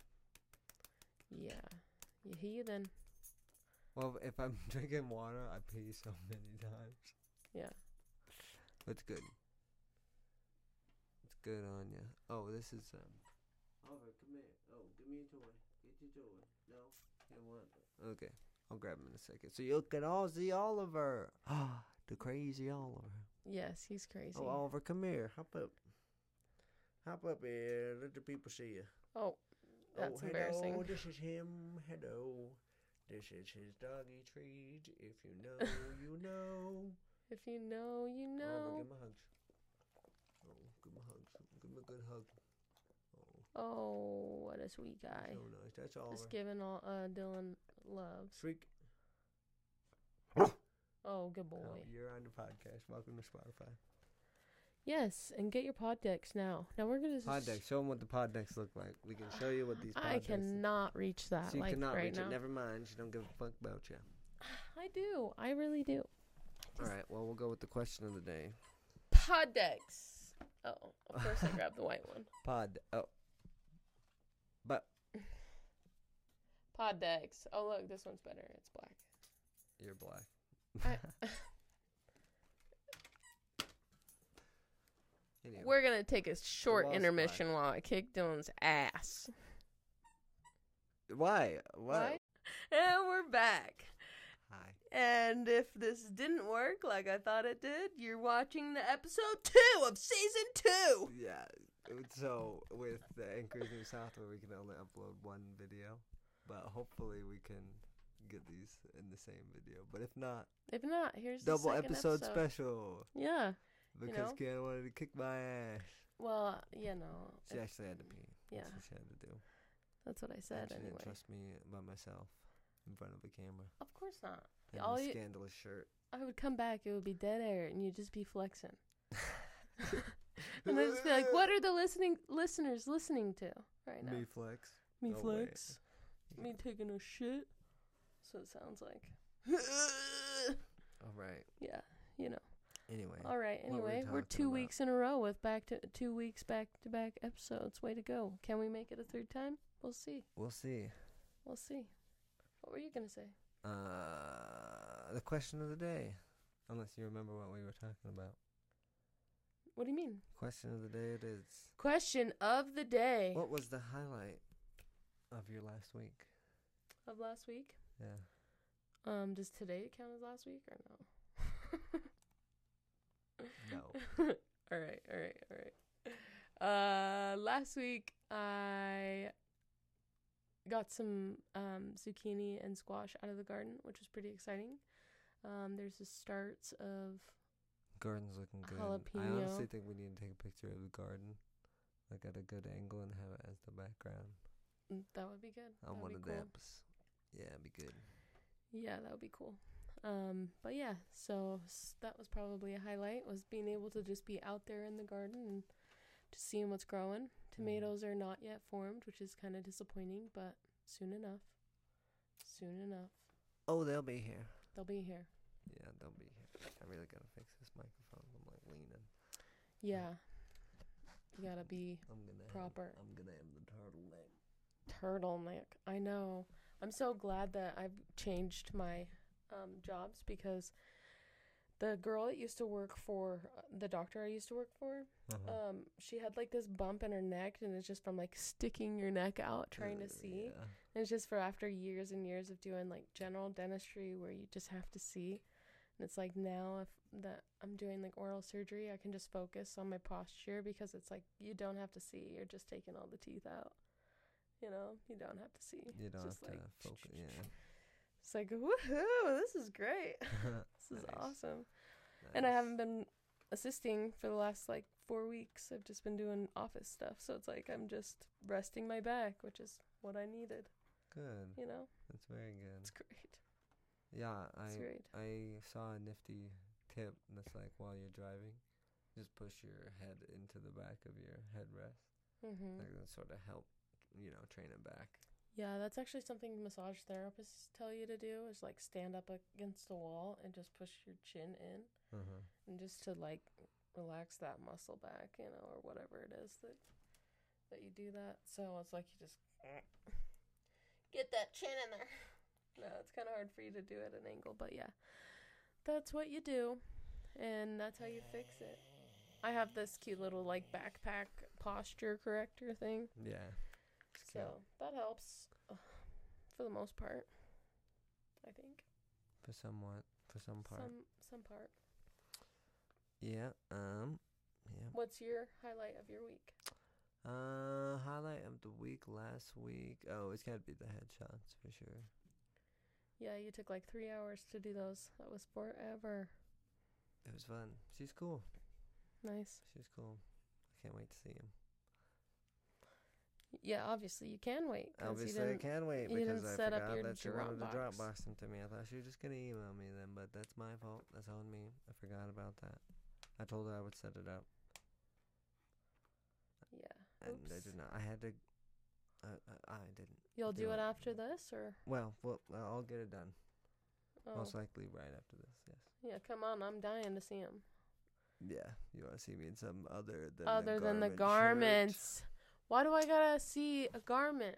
B: yeah, you heathen.
A: Well, if I'm drinking water, I pee so many times.
B: Yeah.
A: That's good. It's good on you. Oh, this is um. Oliver, come here. Oh, give me your toy. Get your toy. No, you want. Okay, I'll grab him in a second. So you can all see Oliver. Ah, the crazy Oliver.
B: Yes, he's crazy.
A: Oh, Oliver, come here. Hop up. Hop up here. Let the people see you.
B: Oh, that's
A: oh,
B: embarrassing.
A: Hello, this is him. Hello. This is his doggy treat. If you know, you know.
B: If you know, you
A: Oliver,
B: know.
A: give him a hug. Oh, give him a hug. Give him a good hug. Oh,
B: Oh, what a sweet guy.
A: so nice. That's Oliver.
B: Just giving all uh, Dylan love.
A: Shriek.
B: Oh, good boy.
A: Oh, you're on the podcast. Welcome to Spotify.
B: Yes, and get your pod decks now. Now we're gonna.
A: Pod
B: just-
A: decks. Show them what the pod decks look like. We can show you what these pod
B: I
A: decks look
B: cannot reach that
A: So you
B: like
A: cannot
B: right
A: reach
B: now.
A: it. Never mind. She don't give a fuck about you.
B: I do. I really do.
A: All right. Well, we'll go with the question of the day.
B: Pod decks. Oh, of course I grabbed the white one.
A: Pod. Oh. But
B: Pod decks. Oh look, this one's better. It's black.
A: you're black.
B: I-
A: Anyway.
B: We're gonna take a short
A: wall's black.
B: intermission while I kick Dylan's ass.
A: Why? Why?
B: And we're back.
A: Hi.
B: And if this didn't work like I thought it did, you're watching the episode two of season two.
A: Yeah. So with the Anchor's new software, we can only upload one video, but hopefully we can get these in the same video. But if not,
B: If not, here's
A: double
B: the second
A: episode,
B: episode
A: special
B: Yeah.
A: because
B: know?
A: Keanu wanted to kick my ass.
B: Well, you know.
A: She
B: if-
A: actually had to pee.
B: yeah,
A: That's what she had to do.
B: that's what I
A: And
B: said
A: she
B: anyway.
A: didn't trust me by myself in front of a camera
B: Of course not.
A: and
B: All
A: a
B: you-
A: scandalous shirt.
B: I would come back, it would be dead air, and you'd just be flexing. And I'd just be like, what are the listening listeners listening to right now?
A: Me flex.
B: Me
A: Oh, wait.
B: flex. Me taking a shit. So it sounds like.
A: All right.
B: yeah, you know.
A: Anyway.
B: All right.
A: what were we
B: Anyway, we are
A: talking
B: two
A: about?
B: weeks in a row with back to two weeks back to back episodes. Way to go! Can we make it a third time? We'll see.
A: We'll see.
B: We'll see. What were you gonna say?
A: Uh, the question of the day. Unless you remember what we were talking about.
B: What do you mean?
A: Question of the day it is.
B: Question of the day
A: What was the highlight of your last week?
B: of last week.
A: Yeah.
B: Um, does today count as last week or no?
A: No.
B: all right, all right, all right. Uh, last week I got some um, zucchini and squash out of the garden, which was pretty exciting. Um, there's the starts of
A: Garden's looking good. I
B: Jalapeno.
A: honestly think we need to take a picture of the garden. Like at a good angle and have it as the background
B: mm, that would be good.
A: on
B: That'd
A: one
B: be
A: of the
B: cool.
A: apps. Yeah, it'd be good.
B: Yeah, that would be cool. Um, but yeah, so s- that was probably a highlight was being able to just be out there in the garden and just seeing what's growing.
A: Mm-hmm.
B: Tomatoes are not yet formed, which is kind of disappointing, but soon enough, soon enough,
A: Oh, they'll be here.
B: they'll be here.
A: Yeah, they'll be here. I really gotta fix this microphone. I'm like leaning.
B: Yeah, you gotta be
A: I'm gonna have-
B: Proper.
A: I'm gonna have the turtleneck.
B: turtleneck. I know. I'm so glad that I've changed my um, jobs because the girl that used to work for uh, the doctor I used to work for,
A: Uh-huh.
B: um, she had like this bump in her neck, and it's just from like sticking your neck out trying
A: Uh,
B: to see.
A: yeah.
B: And it's just for after years and years of doing like general dentistry where you just have to see. And it's like now if that I'm doing like oral surgery, I can just focus on my posture because it's like you don't have to see. You're just taking all the teeth out. You know, you don't have to see.
A: You don't
B: just
A: have to focus. Yeah.
B: It's like woohoo! This is great. This is
A: Nice.
B: awesome. And I
A: Nice.
B: haven't been assisting for the last like four weeks. I've just been doing office stuff. So it's like I'm just resting my back, which is what I needed.
A: Good.
B: You know,
A: That's very good.
B: it's great.
A: Yeah, I
B: It's great.
A: I saw a nifty tip that's like while you're driving, just push your head into the back of your headrest.
B: hmm
A: Like that sort of help, you know, train it back.
B: Yeah, that's actually something massage therapists tell you to do is like stand up against the wall and just push your chin in
A: Uh-huh.
B: and just to like relax that muscle back, you know, or whatever it is that that you do that. So it's like you just get that chin in there. No, it's kind of hard for you to do at an angle, but yeah, that's what you do, and that's how you fix it. I have this cute little like backpack posture corrector thing,
A: Yeah. It's
B: so
A: cute.
B: that helps uh, for the most part. I think
A: For somewhat, for some part.
B: some some part.
A: yeah. Um. Yeah.
B: What's your highlight of your week?
A: Uh, highlight of the week last week. Oh, it's gotta be the headshots for sure.
B: Yeah, you took like three hours to do those. That was forever.
A: It was fun. She's cool.
B: Nice.
A: She's cool. I can't wait to see him.
B: Yeah, obviously you can wait. 'cause you
A: Obviously, I
B: didn't,
A: can wait
B: you didn't
A: because I
B: set up
A: forgot
B: your
A: that she wanted to
B: Dropbox.
A: Dropbox them to me. I thought she was just gonna email me them, but that's my fault. That's on me. I forgot about that. I told her I would set it up,
B: yeah.
A: and I
B: Oops.
A: did not. I had to. I I, I didn't.
B: You'll
A: do
B: do it
A: it.
B: after this, or
A: Well, well, I'll get it done.
B: oh,
A: Most likely right after this. Yes.
B: yeah. Come on, I'm dying to see him.
A: Yeah, you want to see me in some other than
B: Other
A: the
B: than the
A: garment shirt.
B: garments, why do I gotta see a garment?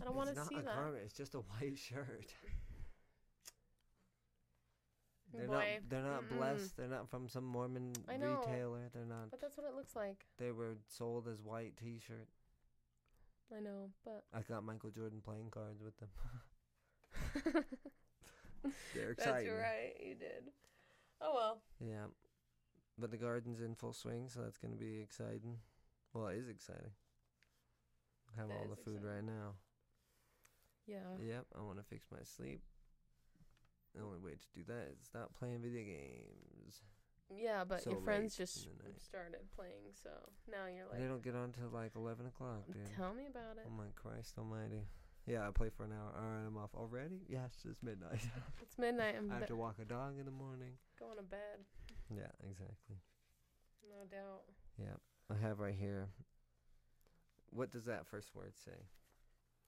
B: I don't want
A: It's
B: to
A: not
B: see
A: a
B: that.
A: garment. It's just a white shirt. They're
B: Oh, Boy,
A: not. They're not
B: mm-mm.
A: blessed. They're not from some Mormon
B: I know.
A: retailer. They're not.
B: But that's what it looks like.
A: They were sold as white T-shirt.
B: I know, but
A: I got Michael Jordan playing cards with them. They're
B: that's
A: exciting.
B: right. You did. Oh well.
A: Yeah, but the garden's in full swing, so that's gonna be exciting. Well, it is exciting. I have
B: That
A: all
B: is
A: the food
B: exciting.
A: right now.
B: Yeah.
A: Yep, I want to fix my sleep. The only way to do that is stop playing video games.
B: Yeah, but
A: So
B: your friends
A: late
B: just
A: in the night.
B: started playing, so now you're
A: they
B: like,
A: don't get on till like eleven o'clock, dude.
B: tell me about it.
A: Oh my Christ Almighty! Yeah, I play for an hour. All right, I'm off already. Yes, it's midnight.
B: It's midnight. I'm
A: I have
B: be-
A: to walk a dog in the morning.
B: going to bed.
A: Yeah, exactly.
B: No doubt.
A: Yeah, I have right here. What does that first word say?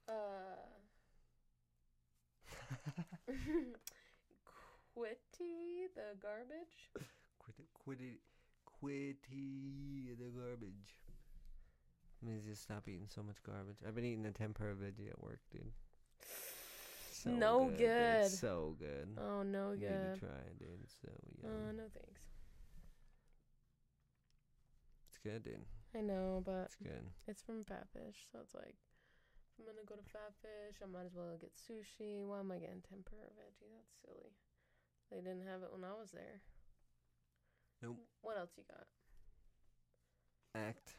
B: Uh, Quitty the garbage.
A: Quit it, quit it, quitty the garbage. I mean, just stop eating so much garbage. I've been eating a tempura veggie at work, dude. So
B: No
A: dude.
B: good.
A: So good.
B: Oh no,
A: you need to
B: good.
A: try it, dude. It's So yum.
B: Oh no, thanks.
A: It's good, dude.
B: I know, but
A: It's good.
B: it's from Fatfish, so it's like. if I'm gonna go to Fatfish. I might as well get sushi. Why am I getting tempura veggie? That's silly. They didn't have it when I was there.
A: Nope.
B: What else you got?
A: Act.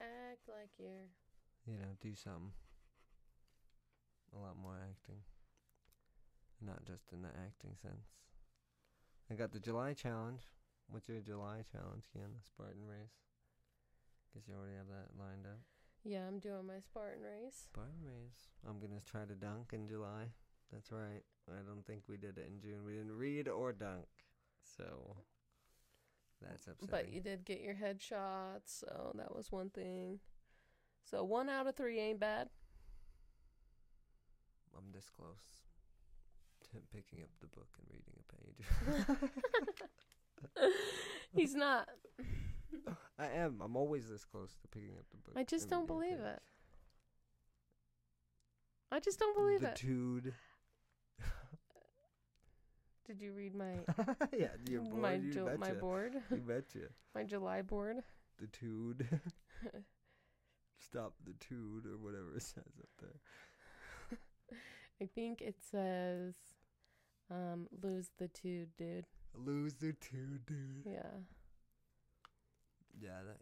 B: Act like you're.
A: You know, do something. A lot more acting. Not just in the acting sense. I got the July challenge. What's your July challenge, Kiana? Spartan race. Guess you already have that lined up.
B: Yeah, I'm doing my Spartan race.
A: Spartan race. I'm gonna try to dunk in July. That's right. I don't think we did it in June. We didn't read or dunk. So that's upsetting.
B: But you did get your headshots, so that was one thing. So one out of three ain't bad.
A: I'm this close to picking up the book and reading a page.
B: He's not.
A: I am. I'm always this close to picking up the book.
B: I just
A: and
B: don't
A: reading a
B: believe it.
A: page.
B: I just don't believe
A: the
B: it.
A: dude.
B: Did you read my
A: yeah, your board.
B: my
A: you
B: Ju-
A: betcha.
B: my board,
A: You betcha.
B: my July board?
A: The tood. Stop the tood or whatever it says up there.
B: I think it says, um, "Lose the two, dude."
A: Lose the tood, dude.
B: Yeah.
A: Yeah, that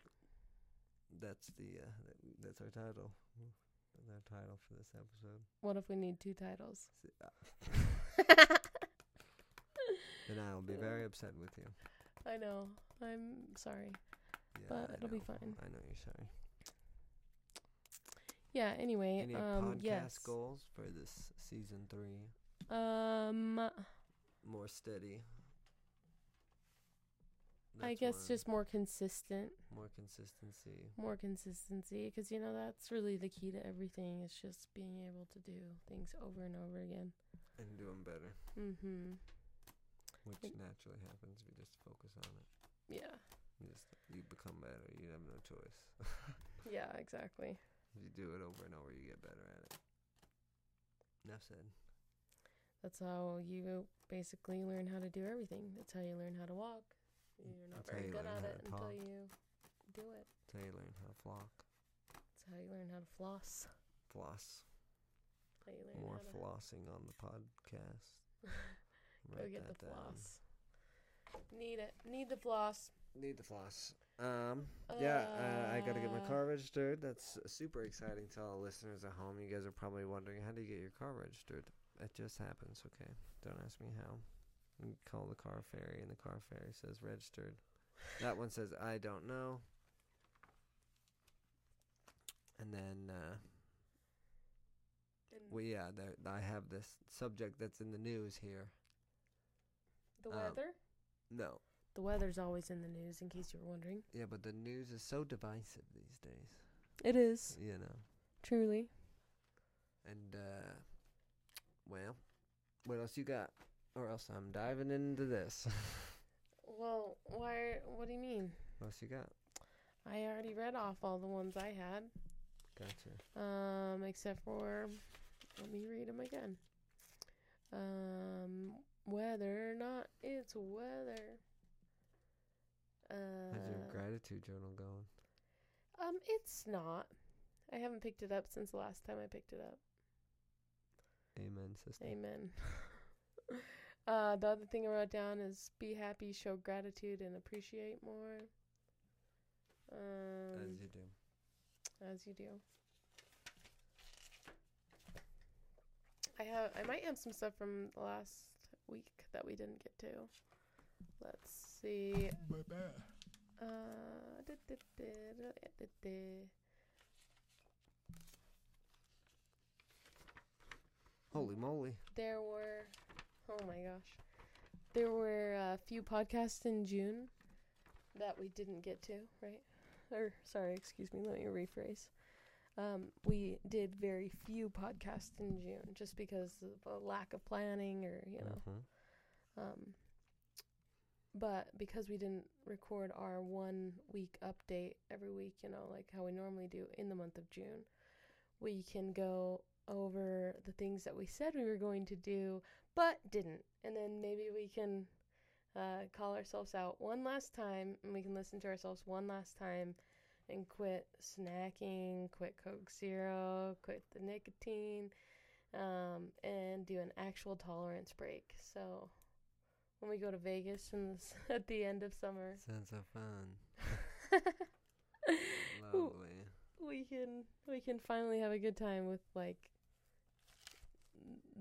A: that's the uh, that, that's our title. That's our title for this episode.
B: What if we need two titles?
A: S- uh, Then I'll be very upset with you.
B: I know. I'm sorry.
A: Yeah,
B: But
A: I
B: it'll be
A: know.
B: fine.
A: I know you're sorry.
B: Yeah. Anyway,
A: Any
B: um,
A: podcast
B: yes.
A: goals for this season three?
B: Um,
A: More steady.
B: I
A: That's
B: guess
A: one.
B: just more consistent,
A: more consistency.
B: more consistency, because you know that's really the key to everything. It's just being able to do things over and over again.
A: and doing better,
B: Mm-hmm.
A: which
B: Mm.
A: naturally happens if you just focus on it.
B: Yeah.
A: You just you become better. You have no choice.
B: Yeah. Exactly.
A: if you do it over and over, you get better at it. Enough said.
B: That's how you basically learn how to do everything. That's how you learn how to walk. You're not
A: That's how
B: very
A: you
B: good
A: learn
B: at
A: how
B: it
A: to
B: until
A: talk.
B: you do it.
A: Till you learn how to flock,
B: That's how you learn how to floss.
A: floss.
B: That's how you learn
A: More
B: how to
A: flossing on the podcast.
B: go
A: Write
B: get the
A: that down.
B: floss. Need it. Need the floss.
A: Need the floss. Um, yeah, uh, I got to get my
B: Uh,
A: car registered. That's super exciting to all the listeners at home. You guys are probably wondering, how do you get your car registered? It just happens, okay? Don't ask me how. You call the car ferry, and the car ferry says registered. That one says, I don't know. And then, uh,
B: And
A: well, yeah, there, I have this subject that's in the news here.
B: the
A: um,
B: weather.
A: No.
B: The weather's always in the news, in case you were wondering.
A: Yeah, but the news is so divisive these days,
B: It is
A: you know.
B: truly.
A: And uh well, what else you got? Or else I'm diving into this.
B: Well, why? What do you mean?
A: what else you got?
B: I already read off all the ones I had,
A: Gotcha.
B: um, except for. Let me read 'em again. Um, whether or not it's weather.
A: How's your
B: Uh,
A: gratitude journal going?
B: um, it's not. I haven't picked it up since the last time I picked it up.
A: Amen, sister.
B: Amen. uh, the other thing I wrote down is be happy, show gratitude, and appreciate more. Um,
A: As you do.
B: as you do. I have. I might have some stuff from last week that we didn't get to. Let's see.
A: My bad.
B: Uh, duh, duh, duh, duh, duh, duh.
A: Holy moly.
B: There were, oh my gosh, there were uh, a few podcasts in June that we didn't get to, right? Or sorry, excuse me. Let me rephrase. Um, we did very few podcasts in June, just because of a lack of planning, or you know.
A: Mhm.
B: Um, but because we didn't record our one week update every week, you know, like how we normally do in the month of June, we can go over the things that we said we were going to do but didn't. And then maybe we can uh, call ourselves out one last time and we can listen to ourselves one last time and quit snacking, quit Coke Zero, quit the nicotine, um, and do an actual tolerance break. So when we go to Vegas in the, s- at the end of summer,
A: Sounds so fun.
B: Ooh.
A: Lovely.
B: we can we can finally have a good time with like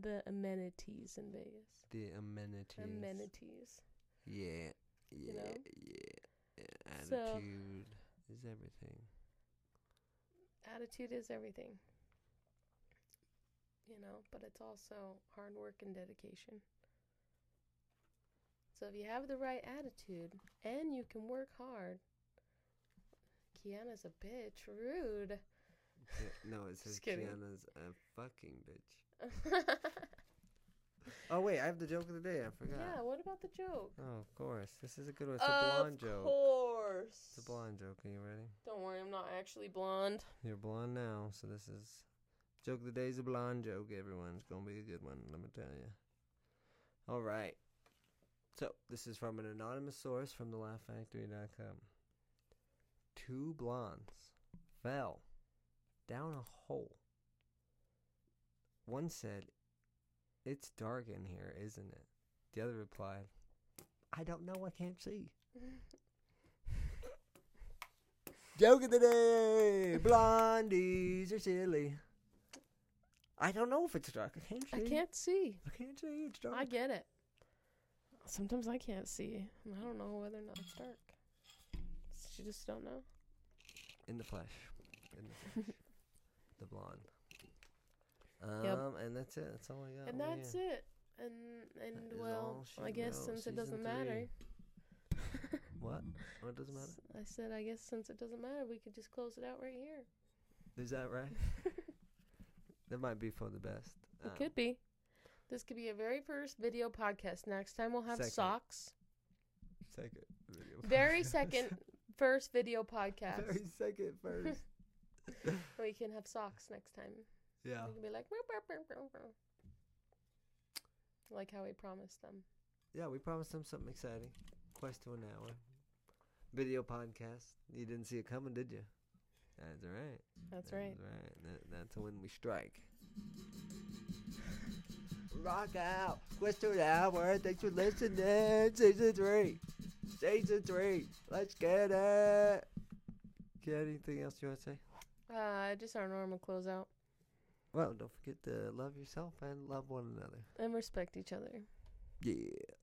B: the amenities in Vegas.
A: The amenities.
B: Amenities.
A: Yeah. Yeah.
B: know?
A: Yeah. yeah.
B: So-
A: Attitude is everything.
B: attitude is everything. You know, but it's also hard work and dedication. So if you have the right attitude and you can work hard, Kiana's a bitch. Rude.
A: Yeah, no, it says
B: Just kidding.
A: Kiana's a fucking bitch. Oh wait, I have the joke of the day. I forgot.
B: yeah. What about the joke?
A: Oh, of course. This is a good one. It's a blonde
B: of
A: joke.
B: course.
A: It's a blonde joke. Are you ready?
B: Don't worry, I'm not actually blonde.
A: You're blonde now, so this is joke of the day's a blonde joke. Everyone's gonna be a good one. Let me tell you. All right, So, this is from an anonymous source from the laughfactory.com. Two blondes fell down a hole. One said, It's dark in here, isn't it? The other replied, I don't know, I can't see. Joke of the day Blondies are silly. I don't know if it's dark. I can't see.
B: I can't see.
A: I can't see. It's dark.
B: I get it. Sometimes I can't see. and I don't know whether or not it's dark. You just don't know.
A: In the flesh. In the flesh. the blonde. Um,
B: Yep.
A: and that's it. That's all I got.
B: and
A: What do you
B: that's
A: got?
B: it. And and
A: Oh, That is all
B: well,
A: she
B: I guess
A: wrote,
B: since it
A: season
B: doesn't matter,
A: What? Oh, it doesn't matter.
B: I said I guess since it doesn't matter, we could just close it out right here.
A: Is that right? that might be for the best.
B: It
A: Um,
B: could be. This could be a very first video podcast. Next time we'll have
A: Second.
B: socks.
A: Second. video
B: Very
A: podcast.
B: second first video podcast.
A: Very second first.
B: we can have socks next time.
A: yeah.
B: We can be like, "Meow, meow, meow, meow, meow." like how we promised them.
A: Yeah, we promised them something exciting. Quest to an hour. Video podcast. You didn't see it coming, did you? That's right.
B: That's right.
A: Right. That, that's when we strike. Rock out. Quest to an hour. Thanks for listening. Season three. Season three. Let's get it. Got anything else you want to say?
B: Uh, just our normal closeout
A: Well, don't forget to love yourself and love one another.
B: and respect each other.
A: Yeah.